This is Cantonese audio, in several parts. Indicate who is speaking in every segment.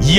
Speaker 1: 以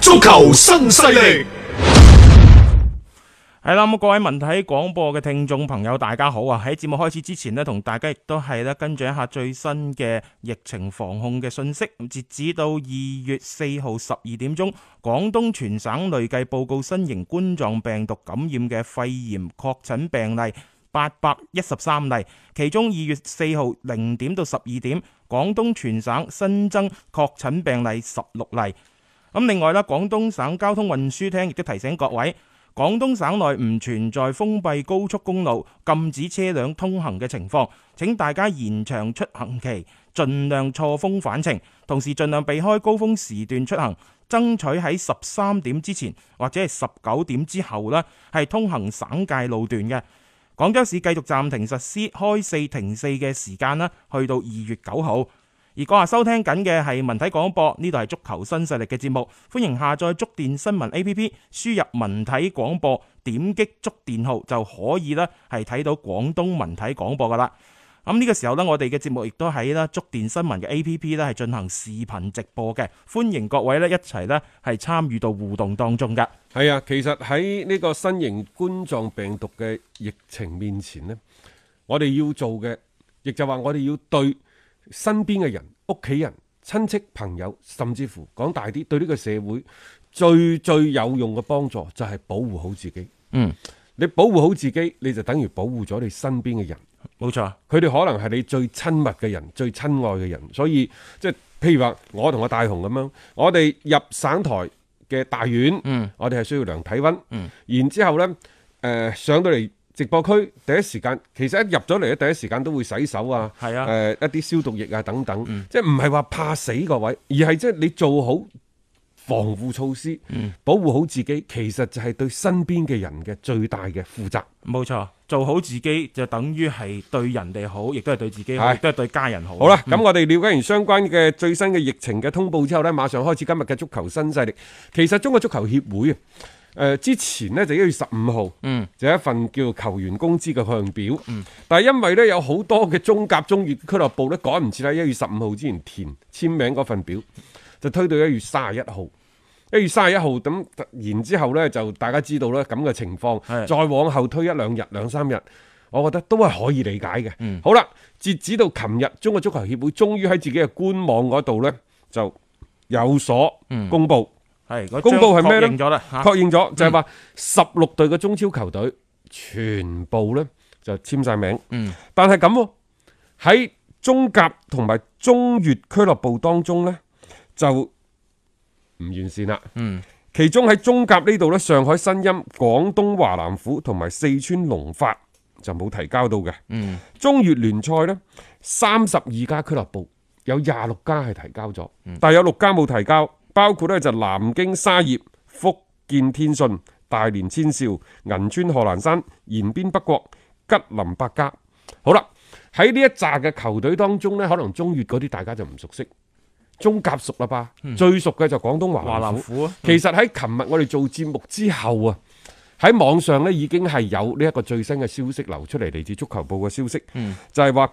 Speaker 1: 足球新勢力，
Speaker 2: 係啦，咁各位文體廣播嘅聽眾朋友，大家好啊！喺節目開始之前呢，同大家亦都係咧跟進一下最新嘅疫情防控嘅信息。咁截止到二月四號十二點鐘，廣東全省累計報告新型冠狀病毒感染嘅肺炎確診病例八百一十三例，其中二月四號零點到十二點，廣東全省新增確診病例十六例。咁另外啦，廣東省交通運輸廳亦都提醒各位，廣東省內唔存在封閉高速公路禁止車輛通行嘅情況，請大家延長出行期，盡量錯峰返程，同時盡量避開高峰時段出行，爭取喺十三點之前或者係十九點之後呢，係通行省界路段嘅。廣州市繼續暫停實施開四停四嘅時間啦，去到二月九號。而閣下收聽緊嘅係文體廣播，呢度係足球新勢力嘅節目，歡迎下載觸電新聞 A P P，輸入文體廣播，點擊觸電號就可以啦，係睇到廣東文體廣播噶啦。咁呢個時候呢，我哋嘅節目亦都喺啦觸電新聞嘅 A P P 呢係進行視頻直播嘅，歡迎各位呢一齊呢係參與到互動當中噶。
Speaker 3: 係啊，其實喺呢個新型冠狀病毒嘅疫情面前呢，我哋要做嘅，亦就話我哋要對身邊嘅人、屋企人、親戚、朋友，甚至乎講大啲，對呢個社會最最有用嘅幫助就係保護好自己。
Speaker 2: 嗯，
Speaker 3: 你保護好自己，你就等於保護咗你身邊嘅人。
Speaker 2: 冇錯，
Speaker 3: 佢哋可能係你最親密嘅人、最親愛嘅人，所以即係譬如話，我同阿大雄咁樣，我哋入省台嘅大院，
Speaker 2: 嗯
Speaker 3: 我哋係需要量體温，
Speaker 2: 嗯
Speaker 3: 然之後呢，誒、上到嚟直播區第一時間，其實一入咗嚟咧，第一時間都會洗手啊，
Speaker 2: 係
Speaker 3: 誒、
Speaker 2: 啊嗯
Speaker 3: 一啲消毒液啊等等，即係唔係話怕死個位，而係即係你做好。防護措施，
Speaker 2: 嗯
Speaker 3: 保護好自己，其實就係對身邊嘅人嘅最大嘅負責。
Speaker 2: 冇錯，做好自己就等於係對人哋好，亦都係對自己好，
Speaker 3: 係
Speaker 2: 亦都係對家人好。啊嗯
Speaker 3: 好啦，咁我哋了解完相關嘅最新嘅疫情嘅通報之後呢，馬上開始今日嘅足球新勢力。其實中國足球協會啊，誒、之前呢就一月十五號，
Speaker 2: 嗯，
Speaker 3: 就有一份叫球員工資嘅向表，嗯，但係因為呢有好多嘅中甲、中乙俱樂部呢趕唔切喺一月十五號之前填簽名嗰份表，就推到一月三十一號。一月三十一號咁，然之後呢，就大家知道啦，咁嘅情況
Speaker 2: 係，
Speaker 3: 再往後推一兩日、兩三日，我覺得都係可以理解嘅。好啦，截止到琴日，中國足球協會終於喺自己嘅官網嗰度呢，就有所公佈，
Speaker 2: 係嗰
Speaker 3: 公
Speaker 2: 張
Speaker 3: 佈係咩
Speaker 2: 確
Speaker 3: 呢
Speaker 2: 認咗啦嚇
Speaker 3: 確認咗就係話十六隊嘅中超球隊全部呢就簽晒名。
Speaker 2: 嗯
Speaker 3: 但係咁喎喺中甲同埋中乙俱樂部當中呢，就唔完善啦。
Speaker 2: 嗯。
Speaker 3: 其中喺中甲呢度呢，上海申鑫、廣東華南虎同埋四川龍發就冇提交到嘅。
Speaker 2: 嗯
Speaker 3: 中乙聯賽呢，三十二家俱樂部有廿六家係提交咗，但係有六家冇提交，包括呢就南京沙葉、福建天順、大連千兆、銀川賀蘭山、延邊北國、吉林百家。好啦，喺呢一紮嘅球隊當中呢，可能中乙嗰啲大家就唔熟悉，中甲熟啦吧，最熟嘅就廣東
Speaker 2: 嗯華
Speaker 3: 華南
Speaker 2: 南
Speaker 3: 虎。
Speaker 2: 虎啊，
Speaker 3: 其實喺琴日我哋做節目之後啊，喺網上呢已經係有呢一個最新嘅消息流出嚟，嚟自足球報嘅消息，
Speaker 2: 嗯
Speaker 3: 就係話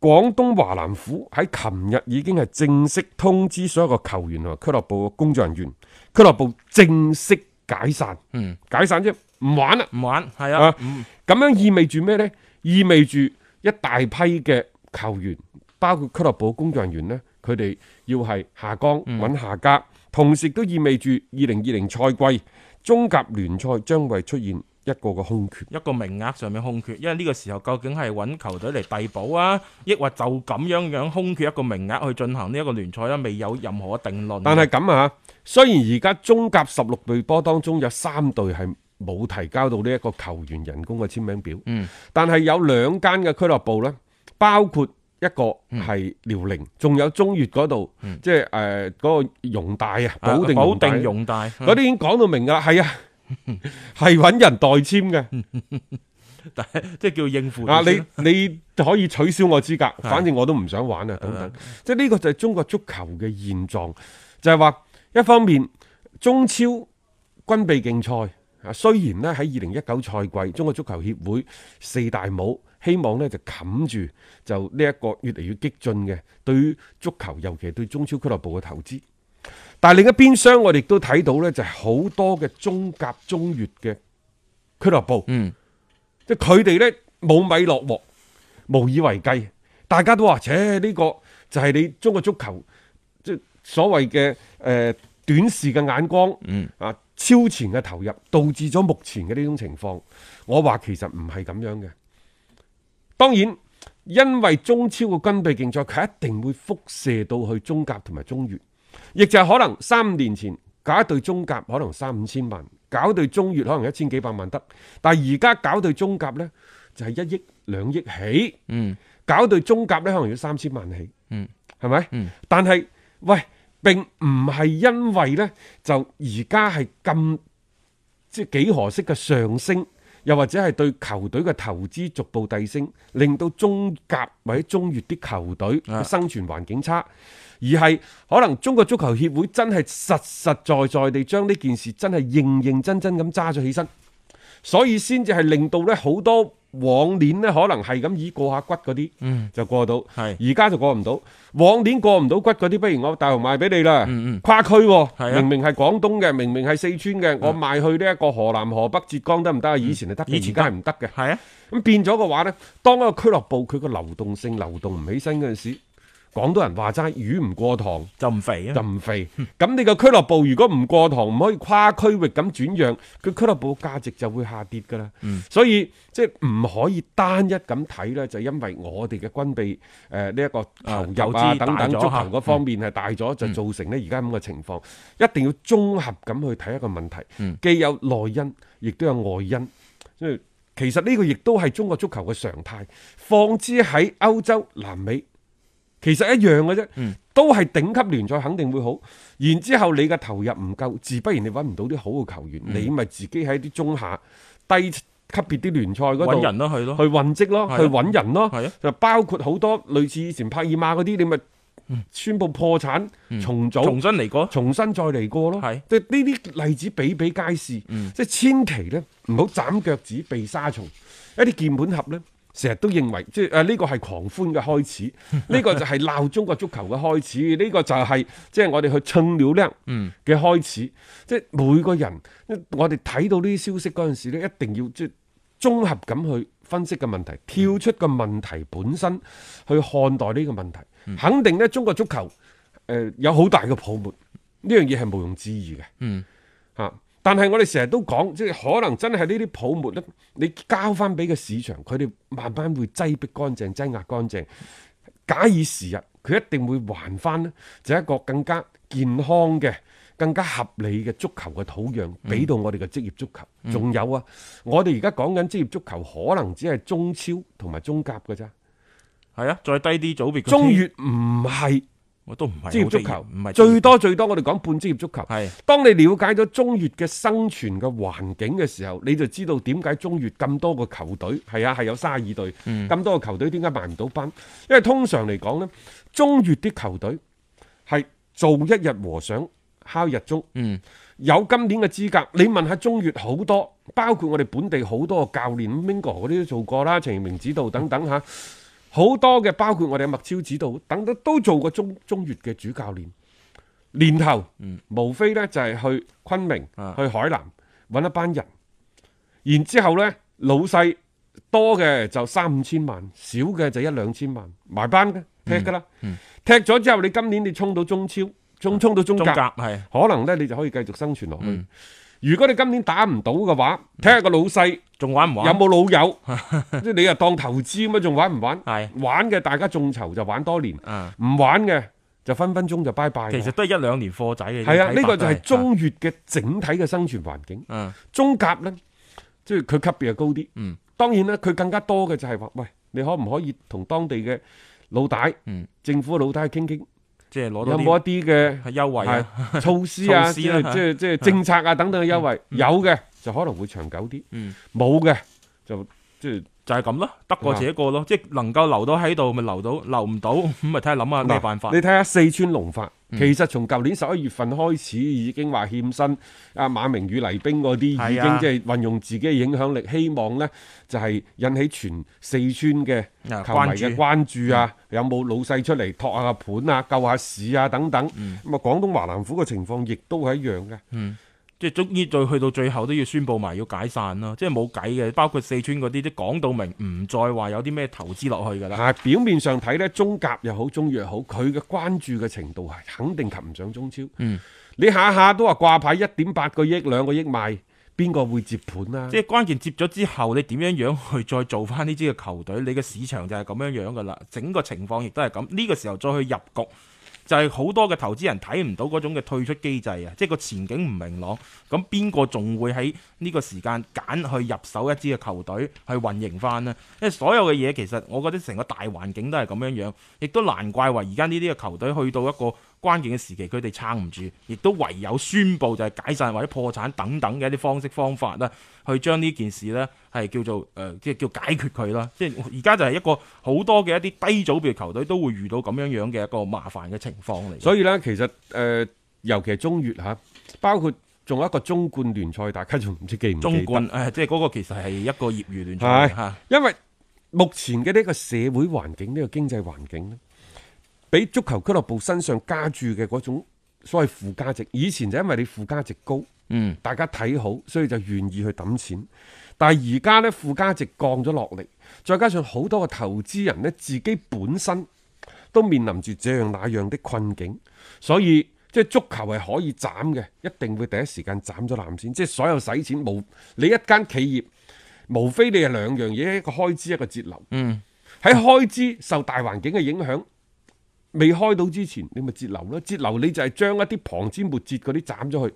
Speaker 3: 廣東華南虎喺琴日已經係正式通知所有個球員同埋俱樂部嘅工作人員，俱樂部正式解散，
Speaker 2: 嗯
Speaker 3: 解散啫，唔玩啦。
Speaker 2: 唔玩係
Speaker 3: 啊
Speaker 2: 啊，嗯
Speaker 3: 咁樣意味住咩呢？意味住一大批嘅球員，包括俱樂部工作人員呢，佢
Speaker 2: 嗯
Speaker 3: 哋要係下崗揾下家，同時都意味住二零二零賽季中甲聯賽將會出現一個個空缺。
Speaker 2: 一個名額上面空缺，因為呢個時候究竟係揾球隊嚟遞補啊，抑或就咁樣樣空缺一個名額去進行呢一個聯賽咧，未有任何嘅定論。
Speaker 3: 但係咁啊，雖然而家中甲十六隊波當中有三隊係冇提交到呢一個球員人工嘅簽名表，
Speaker 2: 嗯，
Speaker 3: 但係有兩間嘅俱樂部呢，包括一個
Speaker 2: 嗯
Speaker 3: 係遼寧，仲、有中越嗰度，即係誒嗰個容大啊，
Speaker 2: 啊
Speaker 3: 保定
Speaker 2: 保定
Speaker 3: 容
Speaker 2: 容大
Speaker 3: 大嗰啲已經講到明㗎啦，係啊，係揾人代簽嘅。
Speaker 2: 即係叫應付住
Speaker 3: 啊！
Speaker 2: 先
Speaker 3: 你
Speaker 2: 啦
Speaker 3: 你可以取消我資格，反正我都唔想玩啊，等等。即係呢個就係中國足球嘅現狀，就係話一方面中超軍備競賽啊，雖然呢喺二零一九賽季中國足球協會四大帽。希望呢就冚住就呢一個越嚟越激進嘅對於足球，尤其係對中超俱樂部嘅投資。但係另一邊廂，我哋都睇到呢，就係好多嘅中甲、中乙嘅俱樂部，
Speaker 2: 嗯，
Speaker 3: 即係佢哋呢冇米落鑊，無以為繼。大家都話：，切呢個就係你中國足球即係所謂嘅誒短視嘅眼光，嗯啊超前嘅投入，導致咗目前嘅呢種情況。我話其實唔係咁樣嘅。當然，因為中超嘅軍備競賽，佢一定會輻射到去中甲同埋中乙。亦就係可能三五年前搞一隊中甲可能三五千萬，搞一隊中乙可能一千幾百萬得，但係而家搞隊中甲呢，就係、一億兩億起，
Speaker 2: 嗯，
Speaker 3: 搞隊中甲呢，可能要三千萬起，
Speaker 2: 嗯，
Speaker 3: 係咪？嗯，但係喂，並唔係因為呢，就而家係咁即係幾何式嘅上升。又或者係對球隊嘅投資逐步遞升，令到中甲或者中乙啲球隊嘅生存環境差，而係可能中國足球協會真係實實在在地將呢件事真係認認真真咁揸咗起身，所以先至係令到呢好多往年呢可能係咁以過下骨嗰啲，就過到，
Speaker 2: 係
Speaker 3: 而家就過唔到。往年過唔到骨嗰啲，不如我大雄賣俾你啦，跨區喎、
Speaker 2: 係啊嗯
Speaker 3: 明明係廣東嘅，明明係四川嘅，我賣去呢一個河南、河北、浙江得唔得啊？以前係得嘅，
Speaker 2: 以前
Speaker 3: 而家係唔得嘅。
Speaker 2: 係啊，
Speaker 3: 咁變咗嘅話呢，當一個俱樂部佢個流動性流動唔起身嗰陣時，廣東人話齋魚唔過塘
Speaker 2: 就唔肥
Speaker 3: 就
Speaker 2: 啊，
Speaker 3: 唔肥。咁你個俱樂部如果唔過塘，唔可以跨區域咁轉讓，佢俱樂部價值就會下跌㗎啦。
Speaker 2: 嗯
Speaker 3: 所以即係唔可以單一咁睇呢，就因為我哋嘅軍備呃誒呢一個
Speaker 2: 啊
Speaker 3: 投入
Speaker 2: 投
Speaker 3: 啊
Speaker 2: 資
Speaker 3: 等
Speaker 2: 大
Speaker 3: 等
Speaker 2: 咗
Speaker 3: 足球
Speaker 2: 嚇嗯
Speaker 3: 嗰方面係大咗，就造成呢而家咁嘅情況。一定要綜合咁去睇一個問題，
Speaker 2: 嗯
Speaker 3: 既有內因，亦都有外因。所以其實呢個亦都係中國足球嘅常態，放之喺歐洲、南美。其實一樣嘅啫，
Speaker 2: 嗯
Speaker 3: 都係頂級聯賽肯定會好。然之後你嘅投入唔夠，自不然你揾唔到啲好嘅球員，
Speaker 2: 嗯
Speaker 3: 你咪自己喺啲中下低級別啲聯賽嗰
Speaker 2: 揾
Speaker 3: 度
Speaker 2: 人咯去咯
Speaker 3: 去。混跡咯，
Speaker 2: 係啊
Speaker 3: 去揾人咯
Speaker 2: 係啊，
Speaker 3: 就包括好多類似以前帕爾馬嗰啲，你咪宣布破產、重組
Speaker 2: 嗯重、新嚟過，
Speaker 3: 重新再嚟過咯。
Speaker 2: 係嗯
Speaker 3: 即係呢啲例子比比皆是，即係千祈咧唔好斬腳趾避沙蟲。一啲鍵盤俠咧，成日都認為即係誒呢個係狂歡嘅開始， 呢個就係鬧中國足球嘅開始，呢個就係即係我哋去蹭料咧
Speaker 2: 嗯
Speaker 3: 嘅開始。即係每個人，我哋睇到呢啲消息嗰陣時咧，一定要即係綜合咁去分析嘅問題，
Speaker 2: 嗯
Speaker 3: 跳出個問題本身去看待呢個問題，
Speaker 2: 嗯
Speaker 3: 肯定咧中國足球誒、呃有好大嘅泡沫，呢樣嘢係毋庸置疑嘅。
Speaker 2: 嗯，
Speaker 3: 嚇、但係我哋成日都講，即係可能真係呢啲泡沫咧，你交翻俾個市場，佢哋慢慢會擠逼乾淨、擠壓乾淨。假以時日，佢一定會還翻呢，就一個更加健康嘅、更加合理嘅足球嘅土壤，
Speaker 2: 嗯
Speaker 3: 俾到我哋嘅職業足球。仲、有啊，我哋而家講緊職業足球，可能只係中超同埋中甲嘅咋，
Speaker 2: 係啊，再低啲組別嗰啲，
Speaker 3: 中乙唔係
Speaker 2: 我都唔係
Speaker 3: 職業
Speaker 2: 好
Speaker 3: 足
Speaker 2: 得
Speaker 3: 球
Speaker 2: 意唔係，
Speaker 3: 最多最多我哋講半職業足球。
Speaker 2: 係
Speaker 3: 當你了解咗中越嘅生存嘅環境嘅時候，你就知道點解中越咁多個球隊，係啊係有三十二隊，咁、
Speaker 2: 嗯
Speaker 3: 多個球隊點解埋唔到班？因為通常嚟講呢，中越啲球隊係做一日和尚敲日鐘。
Speaker 2: 嗯，
Speaker 3: 有今年嘅資格，你問下中越好多，包括我哋本地好多個教練，Mingo 嗰啲都做過啦，陳奕明指導等等嚇，好多嘅包括我哋嘅麥超指導等等都做過中中越嘅主教練。年頭，無非呢就係去昆明、
Speaker 2: 嗯啊
Speaker 3: 去海南揾一班人，然之後呢，老細多嘅就三五千萬，少嘅就一兩千萬埋班嘅踢㗎啦。
Speaker 2: 嗯
Speaker 3: 踢咗之後，你今年你衝到中超，衝衝到中
Speaker 2: 啊中
Speaker 3: 甲，
Speaker 2: 甲係嗯
Speaker 3: 可能呢你就可以繼續生存落去。如果你今年打唔到嘅話，睇下個老細
Speaker 2: 仲玩嗯唔玩？
Speaker 3: 有冇 老友，即係你又當投資咁啊，仲玩唔玩？
Speaker 2: 係
Speaker 3: 玩嘅大家眾籌就玩多年，
Speaker 2: 啊，
Speaker 3: 唔玩嘅就分分鐘就拜拜㗎。
Speaker 2: 其實都係一兩年貨仔嘅。
Speaker 3: 係啊，
Speaker 2: 你睇
Speaker 3: 呢
Speaker 2: 法
Speaker 3: 個就
Speaker 2: 都
Speaker 3: 係中乙嘅整體嘅生存環境。
Speaker 2: 嗯
Speaker 3: 中甲呢，即係佢級別係高啲。
Speaker 2: 嗯，
Speaker 3: 當然啦，佢更加多嘅就係話，喂，你可唔可以同當地嘅老大、
Speaker 2: 嗯
Speaker 3: 政府嘅老大傾傾，
Speaker 2: 即係攞到
Speaker 3: 有
Speaker 2: 啲
Speaker 3: 冇一啲嘅
Speaker 2: 係優惠啊？
Speaker 3: 係措施
Speaker 2: 措
Speaker 3: 啊，
Speaker 2: 施嗯
Speaker 3: 即
Speaker 2: 啦
Speaker 3: 係即係即係政策啊等等嘅優惠，有嘅就可能會長久啲，
Speaker 2: 嗯
Speaker 3: 冇嘅就即係
Speaker 2: 就係咁咯，得
Speaker 3: 啊
Speaker 2: 過且過咯，即係能夠留到喺度咪留到，留唔到咁咪睇下諗下咩
Speaker 3: 嗱
Speaker 2: 辦法嗯
Speaker 3: 你。睇下四川龍發，其實從舊年十一月份開始已經話欠薪，阿馬明宇、黎兵嗰啲已
Speaker 2: 係
Speaker 3: 經
Speaker 2: 啊
Speaker 3: 即係運用自己嘅影響力，希望呢就係引起全四川嘅
Speaker 2: 啊
Speaker 3: 球迷嘅關
Speaker 2: 注
Speaker 3: 注
Speaker 2: 嗯
Speaker 3: 啊，有冇老細出嚟托下個盤啊、救下市啊等等。
Speaker 2: 嗯
Speaker 3: 咁啊，廣東華南虎嘅情況亦都係一樣嘅。
Speaker 2: 即係終於再去到最後都要宣佈埋要解散咯，即係冇計嘅。包括四川嗰啲都講到明，唔再話有啲咩投資落去㗎啦。
Speaker 3: 啊，表面上睇呢，中甲又好，中乙又好，佢嘅關注嘅程度係肯定及唔上中超。
Speaker 2: 嗯，
Speaker 3: 你下下都話掛牌一點八個億、兩個億賣，邊個會接盤啊？
Speaker 2: 即係關鍵接咗之後，你點樣樣去再做翻呢支嘅球隊？你嘅市場就係咁樣樣㗎啦，整個情況亦都係咁。呢、個時候再去入局，就係、好多嘅投資人睇唔到嗰種嘅退出機制啊，即係個前景唔明朗。咁邊個仲會喺呢個時間揀去入手一支嘅球隊去運營翻呢？因為所有嘅嘢其實我覺得成個大環境都係咁樣樣，亦都難怪話而家呢啲嘅球隊去到一個關鍵嘅時期，佢哋撐唔住，亦都唯有宣布就係解散或者破產等等嘅一啲方式方法啦，去將呢件事呢係叫做誒、呃即係叫解決佢啦。即係而家就係一個好多嘅一啲低組別球隊都會遇到咁樣樣嘅一個麻煩嘅情況嚟。
Speaker 3: 所以呢，其實誒、呃尤其係中乙嚇，包括仲有一個中冠聯賽，大家仲唔知記唔記得？
Speaker 2: 中冠誒、唉即係嗰個其實係一個業餘聯賽嚟嘅
Speaker 3: 係
Speaker 2: 嚇，
Speaker 3: 因為目前嘅呢個社會環境、呢、個經濟環境咧，俾足球俱樂部身上加注嘅嗰種所謂附加值，以前就因為你附加值高，
Speaker 2: 嗯，
Speaker 3: 大家睇好，所以就願意去揼錢。但係而家呢，附加值降咗落嚟，再加上好多嘅投資人呢，自己本身都面臨住這樣那樣的困境，所以即係足球係可以斬嘅，一定會第一時間斬咗纜線。即係所有使錢無你一間企業，無非你係兩樣嘢，一個開支一個節流。
Speaker 2: 嗯，
Speaker 3: 喺開支受大環境嘅影響。未開到之前，你咪節流咯。節流你就係將一啲旁枝末節嗰啲斬咗去，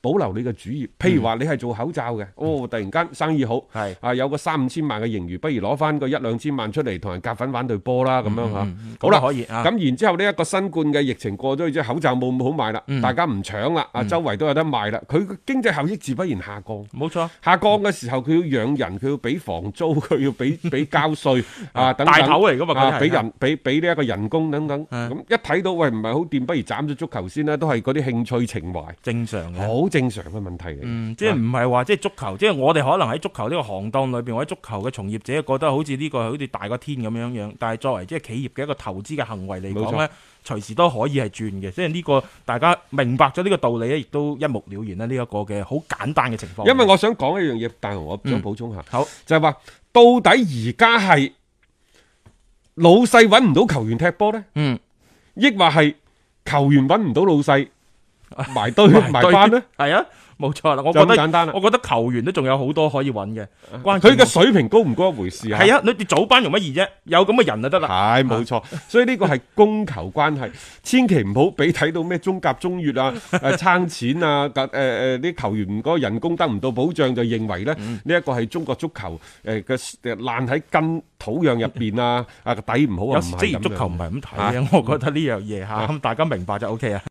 Speaker 3: 保留你嘅主業。譬如話你係做口罩嘅，哦，突然間生意好，
Speaker 2: 係
Speaker 3: 啊有個三五千萬嘅盈餘，不如攞翻個一兩千萬出嚟同人夾粉玩對波啦
Speaker 2: 嗯
Speaker 3: 咁樣嚇。好啦，
Speaker 2: 咁可以啊
Speaker 3: 咁然之後呢一個新冠嘅疫情過咗去之後，口罩冇咁好賣啦，大家唔搶啦，
Speaker 2: 嗯
Speaker 3: 啊周圍都有得賣啦，佢個經濟效益自不然下降。
Speaker 2: 冇錯。
Speaker 3: 下降嘅時候，佢要養人，佢要俾房租，佢要俾 俾交税啊等等
Speaker 2: 大頭嚟㗎嘛佢係啊
Speaker 3: 啊俾人俾俾呢一個人工等等，咁一睇到喂唔係好掂，不如斬咗足球先啦，都係嗰啲興趣情懷，
Speaker 2: 正常嘅，
Speaker 3: 好正常嘅問題嚟。
Speaker 2: 嗯，即係唔係話即係足球，即係我哋可能喺足球呢個行當裏邊，或者足球嘅從業者覺得好似呢個好似大過天咁樣樣，但係作為即係企業嘅一個投資嘅行為嚟講呢，隨時都可以係轉嘅，即係呢個大家明白咗呢個道理咧，亦都一目了然啦。呢、一個嘅好簡單嘅情況，
Speaker 3: 因為我想講一樣嘢，大雄，我想補充下，
Speaker 2: 好
Speaker 3: 就係話到底而家係老細揾唔到球員踢波呢？
Speaker 2: 嗯，
Speaker 3: 抑或係球員揾唔到老細埋 堆埋
Speaker 2: 對
Speaker 3: 班呢？
Speaker 2: 係啊，冇錯啦，我
Speaker 3: 就
Speaker 2: 覺
Speaker 3: 咁
Speaker 2: 得
Speaker 3: 簡單啦啊
Speaker 2: 我覺得球員都仲有好多可以揾嘅，關
Speaker 3: 佢嘅水平高唔高一回事啊？
Speaker 2: 係啊，你你早班用乜嘢啫？有咁嘅人就得啦。啊
Speaker 3: 係冇錯，所以呢個係供求 關係，千祈唔好俾睇到咩中甲、中乙啊、誒撐錢啊、誒誒啲球員嗰個人工得唔到保障，就認為咧
Speaker 2: 嗯
Speaker 3: 呢一個係中國足球誒嘅誒爛喺根土壤入邊啊啊個底唔好啊，
Speaker 2: 有
Speaker 3: 唔
Speaker 2: 時職
Speaker 3: 係咁
Speaker 2: 業足
Speaker 3: 樣
Speaker 2: 球唔係咁睇嘅，我覺得呢樣嘢嚇，咁大家明白就 O K 啊。